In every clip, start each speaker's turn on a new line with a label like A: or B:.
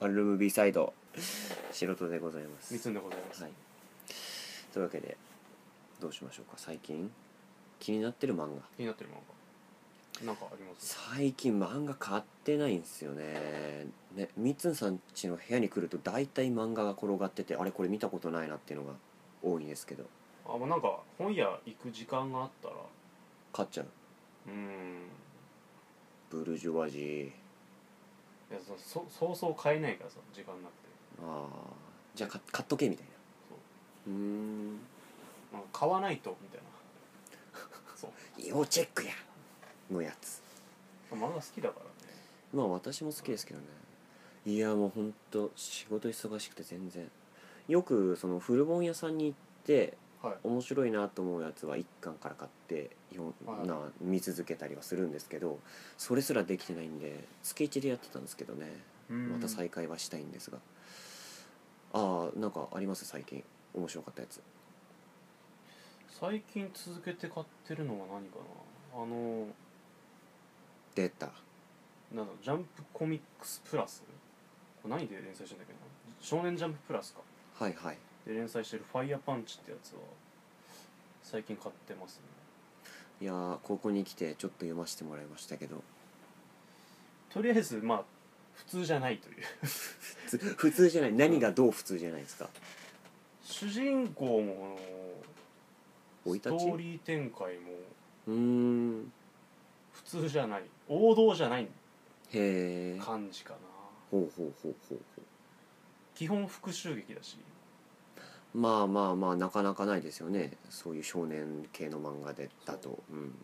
A: ワンルーム B サイド素人でございます
B: 三つんでございます、
A: はいというわけでどうしましょうか最近気になってる漫画
B: 気になってる漫画なんかあります
A: 最近漫画買ってないんですよねねみっつんさん家の部屋に来ると大体漫画が転がっててあれこれ見たことないなっていうのが多いんですけど
B: あまあなんか本屋行く時間があったら
A: 買っちゃう
B: うーん
A: ブルジョワジー
B: いやそそそうそう買えないからさ時間なくて
A: ああじゃあ買買っとけみたいな
B: そう
A: うーん
B: なんか買わないとみたい なそう
A: 要チェックやのやつ
B: 漫画好きだからね
A: まあ私も好きですけどねいやもうほんと仕事忙しくて全然よくその古本屋さんに行って
B: はい
A: 面白いなと思うやつは1巻から買ってよ
B: はい
A: な見続けたりはするんですけどそれすらできてないんで月1でやってたんですけどねまた再開はしたいんですがああなんかあります最近面白かったやつ
B: 最近続けて買ってるのは何かなあの
A: 出た
B: なんだろうジャンプコミックスプラスこれ何で連載してんだっけな少年ジャンププラスか
A: はいはい
B: で連載してる「ファイヤーパンチってやつは最近買ってますね
A: いやーここに来てちょっと読ませてもらいましたけど
B: とりあえずまあ普通じゃないという
A: 普通普通じゃない何がどう普通じゃないですか
B: 主人公も
A: 生い
B: スト
A: 立ち
B: ーリー展開も
A: うーん
B: 普通じゃない王道じゃない
A: へえ
B: 感じかな
A: ほうほうほうほうほ
B: 基本復讐劇だし
A: うまあまあまあなかなかないですよねそういう少年系の漫画でだとうん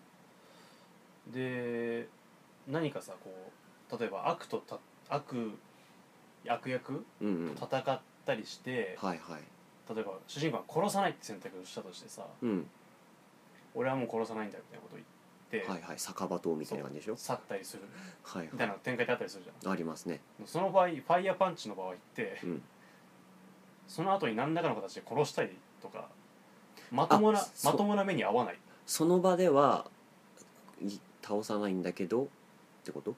B: で何かさこう例えば悪とた悪悪役
A: うんうん
B: と戦ったりして、
A: はいはい
B: 例えば主人公が殺さないって選択をしたとしてさ
A: うん
B: 俺はもう殺さないんだみたいなこと言って、
A: はいはい酒場党みたいな感じでしょ
B: 去ったりする
A: はい
B: み
A: は
B: たい
A: い
B: な展開であったりするじゃん
A: ありますね
B: その場合ファイヤーパンチの場合って、
A: うん
B: その後に何らかの形で殺したりとかまともな
A: あそう
B: まともな目に遭わない
A: その場ではい倒さないんだけどってこと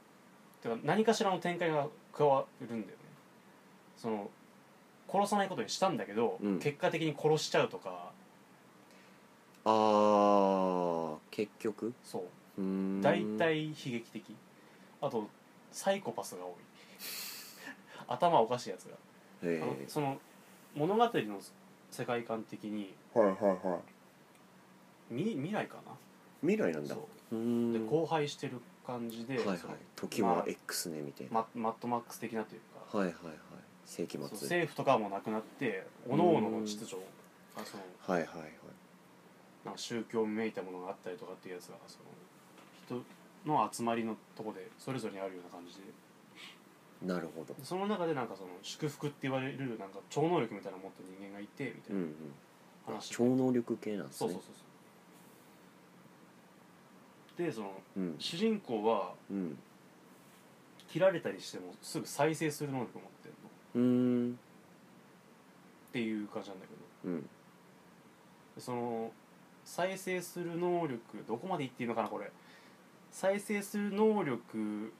B: てか何かしらの展開が加わるんだよねその殺さないことにしたんだけど、
A: うん
B: 結果的に殺しちゃうとか
A: あー結局
B: そう
A: うーん
B: 大体悲劇的あとサイコパスが多い 頭おかしいやつが、
A: へ
B: あのその物語の世界観的に
A: えはいはいはい
B: み未来かな
A: 未来なんだ
B: そう
A: うー
B: で
A: ん
B: 荒廃してる感じで、
A: はいはい
B: その
A: 時は X ねみたいな
B: ママッドマックス的なというか、
A: はいはいはい世紀
B: そう
A: 末
B: 政府とかもなくなっておのおのの秩序がその
A: はいはいはい
B: なんか宗教めいたものがあったりとかっていうやつがその人の集まりのとこでそれぞれにあるような感じで
A: なるほど
B: その中でなんかその祝福って言われるなんか超能力みたいなのを持った人間がいてみた
A: う
B: い
A: んう
B: なん話で、
A: 超能力系なんです
B: そうそう
A: ね
B: そうそうでその
A: うん
B: 主人公は
A: うん
B: 切られたりしてもすぐ再生する能力を持ってるの
A: うーん
B: っていう感じなんだけど
A: うん
B: その再生する能力どこまでいっていいのかなこれ再生する能力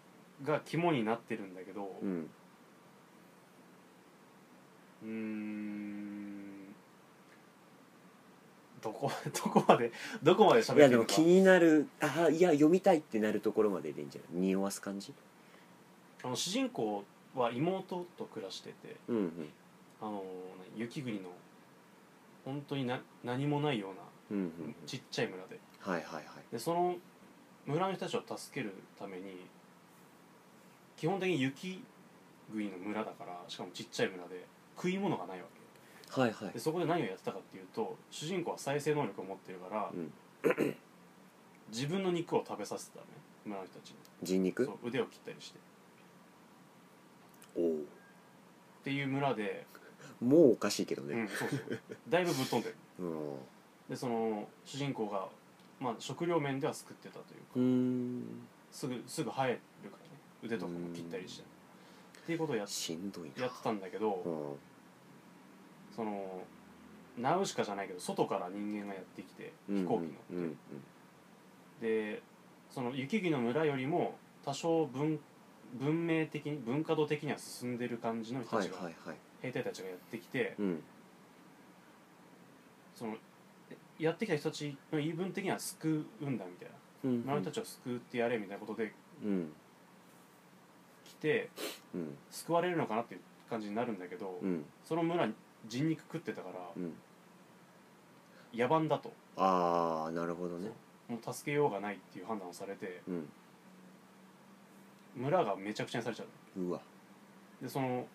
B: が肝になってるんだけど
A: うん
B: うーんどこ どこまでどこまで喋
A: い
B: って
A: や
B: る
A: で
B: の
A: も
B: か
A: 気になるあいや読みたいってなるところまででいいんじゃない匂わす感じ
B: あの主人公は妹と暮らしてて
A: うんうん
B: あの何雪国の本当にな何もないよう
A: うんうんう
B: なんちっちゃい村で
A: はいはいはい
B: でその村の人たちを助けるために基本的に雪国の村だからしかもちっちゃい村で食い物がないわ
A: はいはい
B: けでそこで何をやってたかっていうと主人公は再生能力を持ってるから、
A: うん
B: 自分の肉を食べさせてたね村の人たちに
A: 人肉
B: そう腕を切ったりしてっ
A: おお
B: ていう村で、
A: もうおかしいけど
B: う
A: ね
B: ん、そうそうだいぶぶっ飛んでる
A: うんう
B: でその主人公が、まあ、食料面では救ってたというか
A: ーん
B: すぐすぐ生えるからね腕とかも切ったりしてっていうことをやっ
A: しんどいな
B: やってたんだけど
A: うん
B: そのナウシカじゃないけど外から人間がやってきて
A: うん
B: 飛行機の、
A: うんうん
B: でその雪国の村よりも多少文文明的に文化度的には進んでる感じの人
A: は
B: た
A: い
B: ち
A: は
B: が、
A: いはい
B: 兵隊たちがやってきて
A: うん
B: そのやってきた人たちの言い分的には救うんだみたいな
A: うん
B: 村の人たちを救ってやれみたいなことで
A: うん
B: 来て
A: うん
B: 救われるのかなっていう感じになるんだけど、
A: うん
B: その村人肉食ってたから
A: うん
B: 野蛮だと
A: ああなるほどね
B: もう助けようがないっていう判断をされて
A: うん
B: 村がめちゃくちゃにされちゃ
A: うわ
B: うでその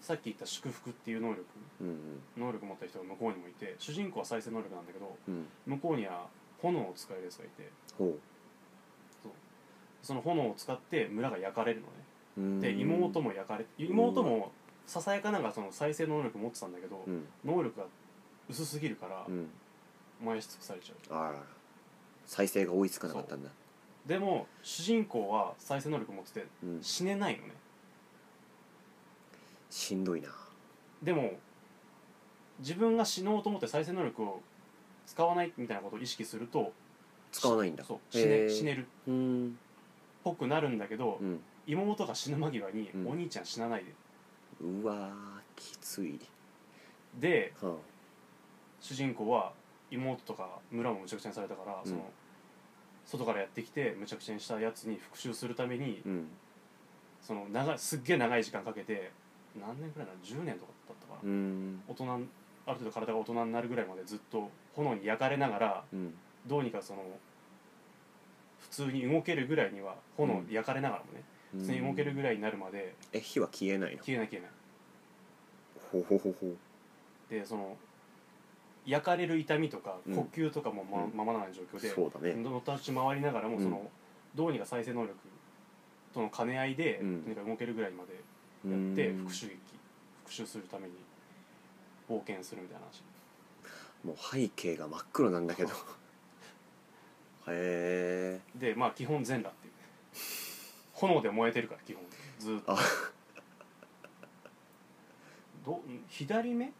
B: さっき言った祝福っていう能力
A: うんうん
B: 能力持った人が向こうにもいて主人公は再生能力なんだけど
A: うん
B: 向こうには炎を使えるやつがいて
A: ほ
B: その炎を使って村が焼かれるのね
A: ううーん
B: で妹も焼かれ妹もささやかながらその再生能力持ってたんだけど
A: うん
B: 能力が薄すぎるから
A: うん
B: 燃やし尽くされちゃう
A: あら再生が追いつかなかったんだ
B: でも主人公は再生能力持ってて
A: うん
B: 死ねないのね
A: しんどいな
B: でも自分が死のうと思って再生能力を使わないみたいなことを意識すると
A: 使わないんだ
B: そう死ね
A: へー
B: 死ねるっ
A: うーん
B: ぽくなるんだけど、
A: うん
B: 妹が死ぬ間際に、
A: うん
B: お兄ちゃん死なないで
A: うわーきつい
B: で
A: は
B: 主人公は妹とか村もむちゃくちゃにされたから、
A: うん
B: その外からやってきてむちゃくちゃにしたやつに復讐するために、
A: あうん
B: その長いすっげえ長い時間かけて何年くらいなの10年とかだったかな
A: う、ーん
B: 大人ある程度体が大人になるぐらいまでずっと炎に焼かれながら
A: うん
B: どうにかその普通に動けるぐらいには炎に焼かれながらもね、普通に動けるぐらいになるまで
A: え火は消えないの
B: 消えない消えない
A: ほほほほ
B: でその焼かれる痛みとか
A: うん
B: 呼吸とかもま,、
A: うん
B: ままならない状況で
A: そうだね
B: のたち回りながらも
A: うん
B: その、どうにか再生能力との兼ね合いで、
A: うん
B: とにかく動けるぐらいまで
A: う
B: や
A: ー
B: っ
A: ん
B: て復讐劇復讐するために冒険するみたいな話
A: もう背景が真っ黒なんだけどへえ
B: でまあ基本全裸っていうね炎で燃えてるから基本ずーっと
A: あ
B: どん左目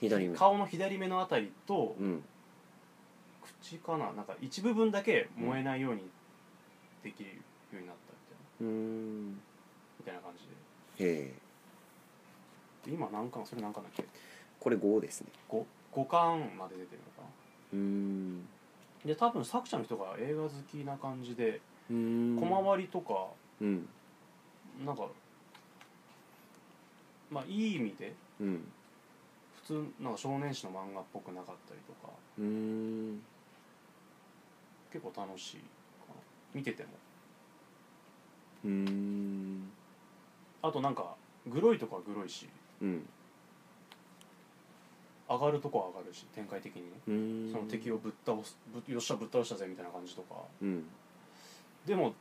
A: 左目
B: 顔の左目のあたりと
A: うん
B: 口かななんか一部分だけ燃えないようにできるようになった
A: うーん
B: みたいなみたいな感じ
A: へえ
B: でで今何巻それ何巻だっけ
A: これ5ですね
B: 5, 5巻まで出てるのか
A: うーん
B: なで多分作者の人が映画好きな感じで
A: うーん
B: 小回りとか
A: うん
B: なんかまあいい意味で
A: うん
B: 普通なんか少年誌の漫画っぽくなかったりとか
A: うーん
B: 結構楽しいかな見てても
A: うーん
B: あとなんかグロいとこはグロいし
A: うん
B: 上がるとこは上がるし展開的にね
A: うーん
B: その敵をぶっ倒すぶよっしゃぶっ倒したぜみたいな感じとか
A: うん
B: でも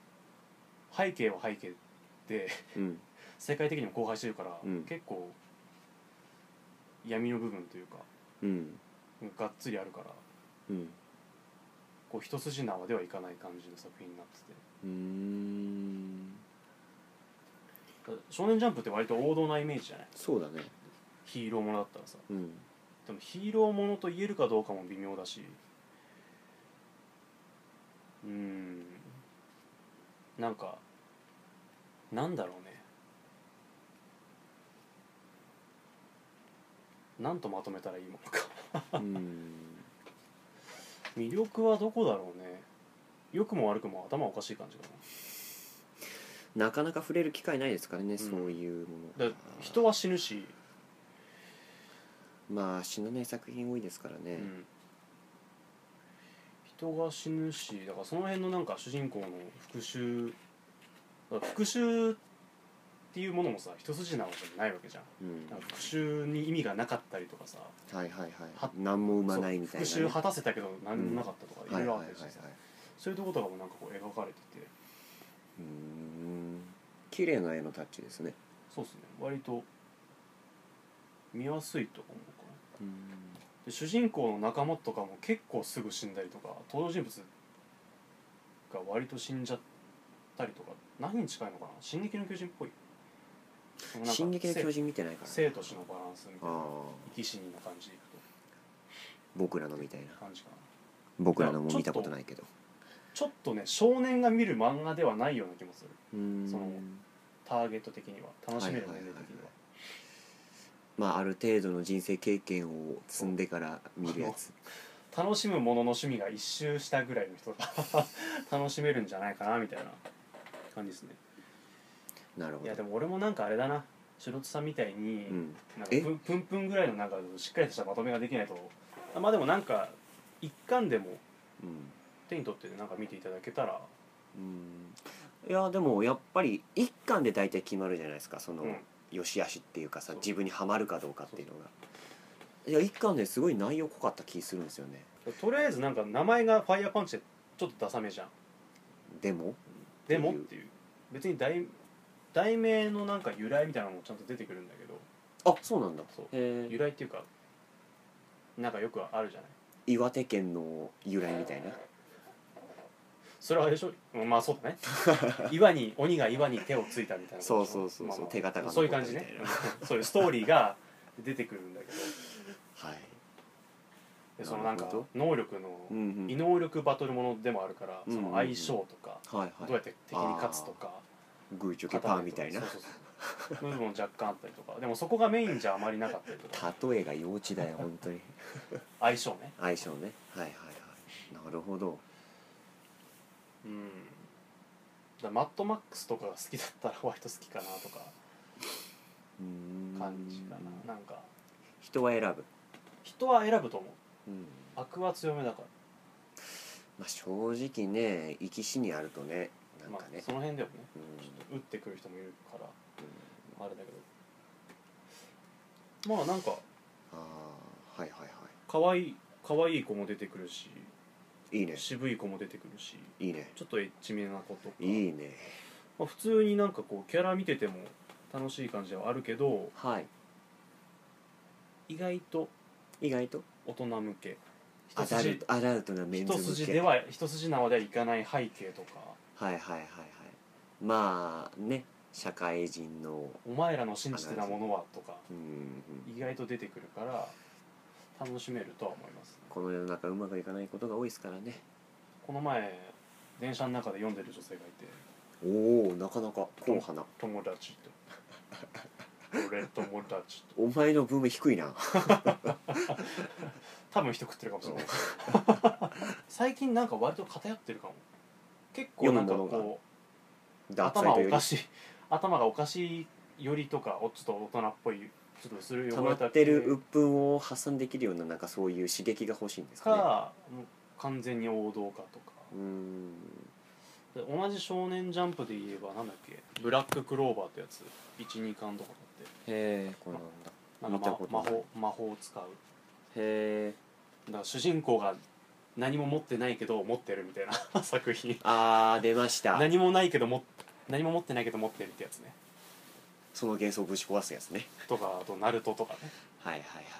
B: 背景は背景で
A: うん
B: 世界的にも荒廃してるから、
A: うん
B: 結構闇の部分というか
A: うん
B: がっつりあるから
A: うん
B: こう一筋縄ではいかない感じの作品になってて
A: うーん
B: 「少年ジャンプ」って割と王道なイメージじゃない
A: そうだね
B: ヒーローものだったらさ
A: うん
B: でもヒーローものと言えるかどうかも微妙だしうーんなんかなんだろうねなんとまとめたらいいものか
A: う ーん
B: 魅力はどこだろうね良くも悪くも頭おかしい感じか
A: なかなか触れる機会ないですからね、そういうも
B: な
A: の
B: だから人は死ぬし、
A: まあ死なない作品多いですから
B: う
A: ね
B: ん、人が死ぬしだからその辺のなんか主人公の復讐だから復讐っていうものもさ一筋縄じゃないわけじゃん
A: うん、
B: なんか復讐に意味がなかったりとかさ
A: はいはいはい
B: は
A: 何も生ま
B: そう
A: ないみたいな、ね、
B: 復讐果たせたけど何もなかったとかい
A: は
B: ろ
A: いはい
B: いろ
A: は
B: あ
A: い
B: っ
A: はい
B: たりしてさそういうとことかもなんかこう描かれてて
A: うーん綺麗な絵のタッチですね
B: そうっすね割と見やすいと思うかなで主人公の仲間とかも結構すぐ死んだりとか登場人物が割と死んじゃったりとか何に近いのかな「進撃の巨人」っぽい「
A: 進撃の巨
B: 人
A: 人見てない」から、
B: 生と死のバランスみたいな
A: あ
B: 生き死にな感じでいくと
A: あ僕らのみたいな
B: 感じかな
A: 僕らのも見たことないけど
B: ちょっとね少年が見る漫画ではないような気もする
A: うーん
B: そのターゲット的には楽しめる年齢的には,、
A: まあある程度の人生経験を積んでから見るや つ
B: 楽しむものの趣味が一周したぐらいの人が 楽しめるんじゃないかなみたいな感じですね
A: なるほ
B: い
A: ど
B: やでも俺もなんかあれだな白土さんみたいに、
A: うん
B: なんか
A: え
B: プンプンプンぐらいのなんかしっかりとしたまとめができないとあまあでもなんか一巻でも
A: うん
B: 手に取ってなんか見ていただけたら
A: うんいやでもやっぱり一巻で大体決まるじゃないですかその、
B: うん
A: 良し悪しっていうかさ
B: そう
A: 自分にはまるかどうかっていうのがいや一巻ですごい内容濃かった気するんですよね
B: とりあえずなんか名前がファイヤーパンチでちょっとダサめじゃん
A: でも
B: でもっ
A: っていう
B: ていう別に題題名のなんか由来みたいなのもちゃんと出てくるんだけど
A: あそうなんだ
B: そう
A: へ
B: 由
A: え
B: 来っていうかなんかよくあるじゃない
A: 岩手県の由来みたいな
B: それはあれでしょうんまあそう だね岩に鬼が岩に手をついたみたいな
A: そうそうそうそう
B: まあまあ
A: 手形が
B: そ
A: 残
B: うい
A: っ
B: う
A: た
B: 感
A: み
B: じ
A: たいな
B: ねうんそういうストーリーが出てくるんだけど
A: はい
B: でそのなんか
A: なるほ
B: 能力の
A: うんうん
B: 異能力バトルものでもあるから
A: うん
B: その相性とか
A: はい
B: どう
A: は
B: や
A: い
B: って敵に勝つとか
A: グーチョキ
B: 勝
A: パ
B: た
A: ー
B: い
A: み
B: と
A: た
B: か
A: いな
B: そうそうそうそういう部分も若干あったりとかでもそこがメインじゃあまりなかったりとか
A: 例えが幼稚だよ本 当に
B: 相性ね
A: 相性ねはいはいはいなるほど
B: うんだからマッドマックスとかが好きだったら割と好きかなとか
A: うーん
B: 感じかななんか
A: 人は選ぶ
B: 人は選ぶと思う
A: うん
B: 悪は強めだから
A: まあ正直ね生き死にあるとねなんか
B: まあ、
A: ね
B: その辺でもね
A: うん
B: 打ってくる人もいるからあれだけどまあなんか
A: ああはいはいは
B: 可愛い可愛い子も出てくるし
A: いいいね
B: 渋い子も出てくるし
A: いいね
B: ちょっとエッチめな子とか
A: いいね
B: まあ、普通になんかこうキャラ見てても楽しい感じではあるけど
A: はい
B: 意外と
A: 意外と
B: 大人向け
A: ア
B: 一
A: ダル
B: 筋
A: トアダルトなメンズ
B: 一
A: 向け
B: 筋では一筋縄ではいかない背景とか
A: はいはいはいはいまあね社会人の
B: お前らの信じてたものはとか
A: うんうん
B: 意外と出てくるから楽しめるとは思います、ね、
A: この世の中うまくいかないことが多いですからね
B: この前電車の中で読んでる女性がいて
A: おおなかなか硬派な
B: 友達 と俺友達と
A: お前の分低いな
B: 多分人食ってるかもしれない 最近なんか割と偏ってるかも結構なんか
A: 読むもの
B: こう
A: ダーツサ
B: 頭
A: イト
B: お
A: より
B: かしい頭がおかしいよりとかおちょっと大人っぽいちょっとする
A: 溜
B: 汚
A: ま
B: れ
A: ったてる鬱憤を発散できるようななんかそういう刺激が欲しいんですかね
B: かもう完全に王道化とか
A: うーん
B: で同じ「少年ジャンプ」で言えばなんだっけ「ブラッククローバー」ってやつ12巻とかだって
A: へえこれなんだ
B: なん
A: 見た
B: か
A: ことない
B: ま魔法魔法を使う
A: へえ
B: だから主人公が何も持ってないけど持ってるみたいな 作品
A: あー出ました
B: 何もないけども何も持ってないけど持ってるってやつね
A: その幻想をぶち壊すやつね
B: とかあとナルトとかね
A: はいはいはい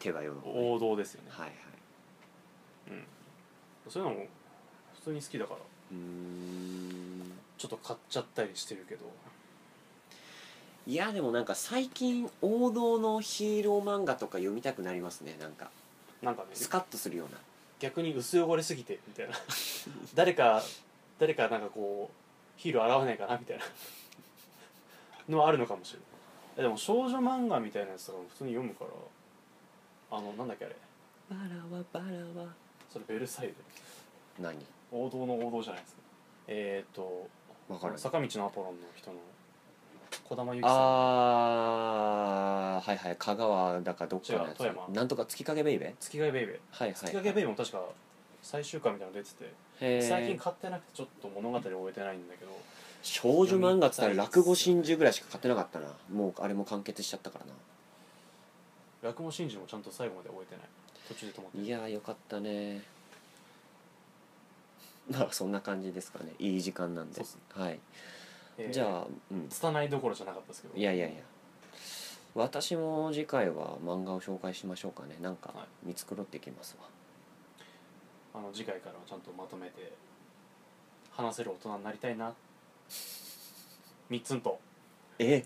A: 手が世の方ね
B: 王道ですよね
A: はいはい
B: そういうのも普通に好きだから
A: うーん
B: ちょっと買っちゃったりしてるけど
A: いやでもなんか最近王道のヒーロー漫画とか読みたくなりますねなんか
B: なんかね
A: スカッとするような
B: 逆に薄汚れすぎてみたいな 誰か誰かなんかこうヒール洗わないかなみたいなのはあるのかもしれないえでも少女漫画みたいなやつとかも普通に読むからあのなんだっけあれ
A: バラはバラは
B: それベルサイユ
A: 何
B: 王道の王道じゃないですかえっ、ー、と
A: わからない
B: 坂道のアポロンの人の児玉由紀さ
A: あーはいはい香川だかどっかのやつ
B: 違う富山
A: なんとか月影ベイベー
B: ん月替えベイベー
A: はい
B: 月
A: は
B: 替
A: い
B: えベイベーも確か最終回みたいなの出てて、
A: へー
B: 最近買ってなくてちょっと物語終えてないんだけど
A: 少女漫画っつったら落語真珠ぐらいしか買ってなかったなもうあれも完結しちゃったからな
B: 落語真珠もちゃんと最後まで終えてない途中で止まってる
A: いやーよかったね まあそんな感じですかねいい時間なんで
B: そうっす
A: はい、
B: えー
A: じゃあうん
B: 拙いどころじゃなかったですけど
A: いやいやいや私も次回は漫画を紹介しましょうかねなんか
B: はい
A: 見繕ってきますわ
B: あの次回からはちゃんとまとめて話せる大人になりたいなみっつんと
A: え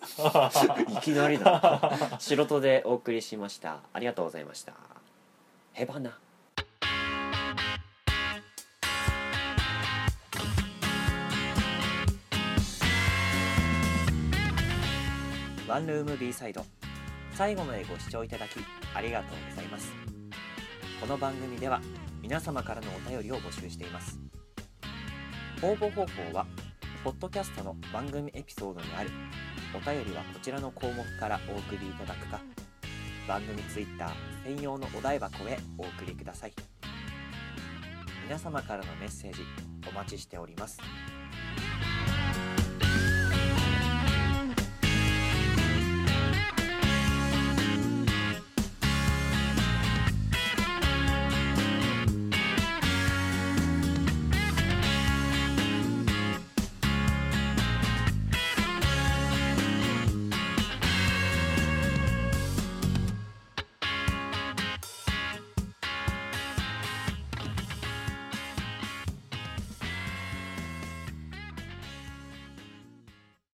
A: いきなりだ素人でお送りしましたありがとうございましたへばなワンルーム B サイド最後までご視聴いただきありがとうございますこの番組では皆様からのお便りを募集しています応募方法はポッドキャストの番組エピソードにあるお便りはこちらの項目からお送りいただくか番組ツイッター専用のお台箱へお送りください皆様からのメッセージお待ちしております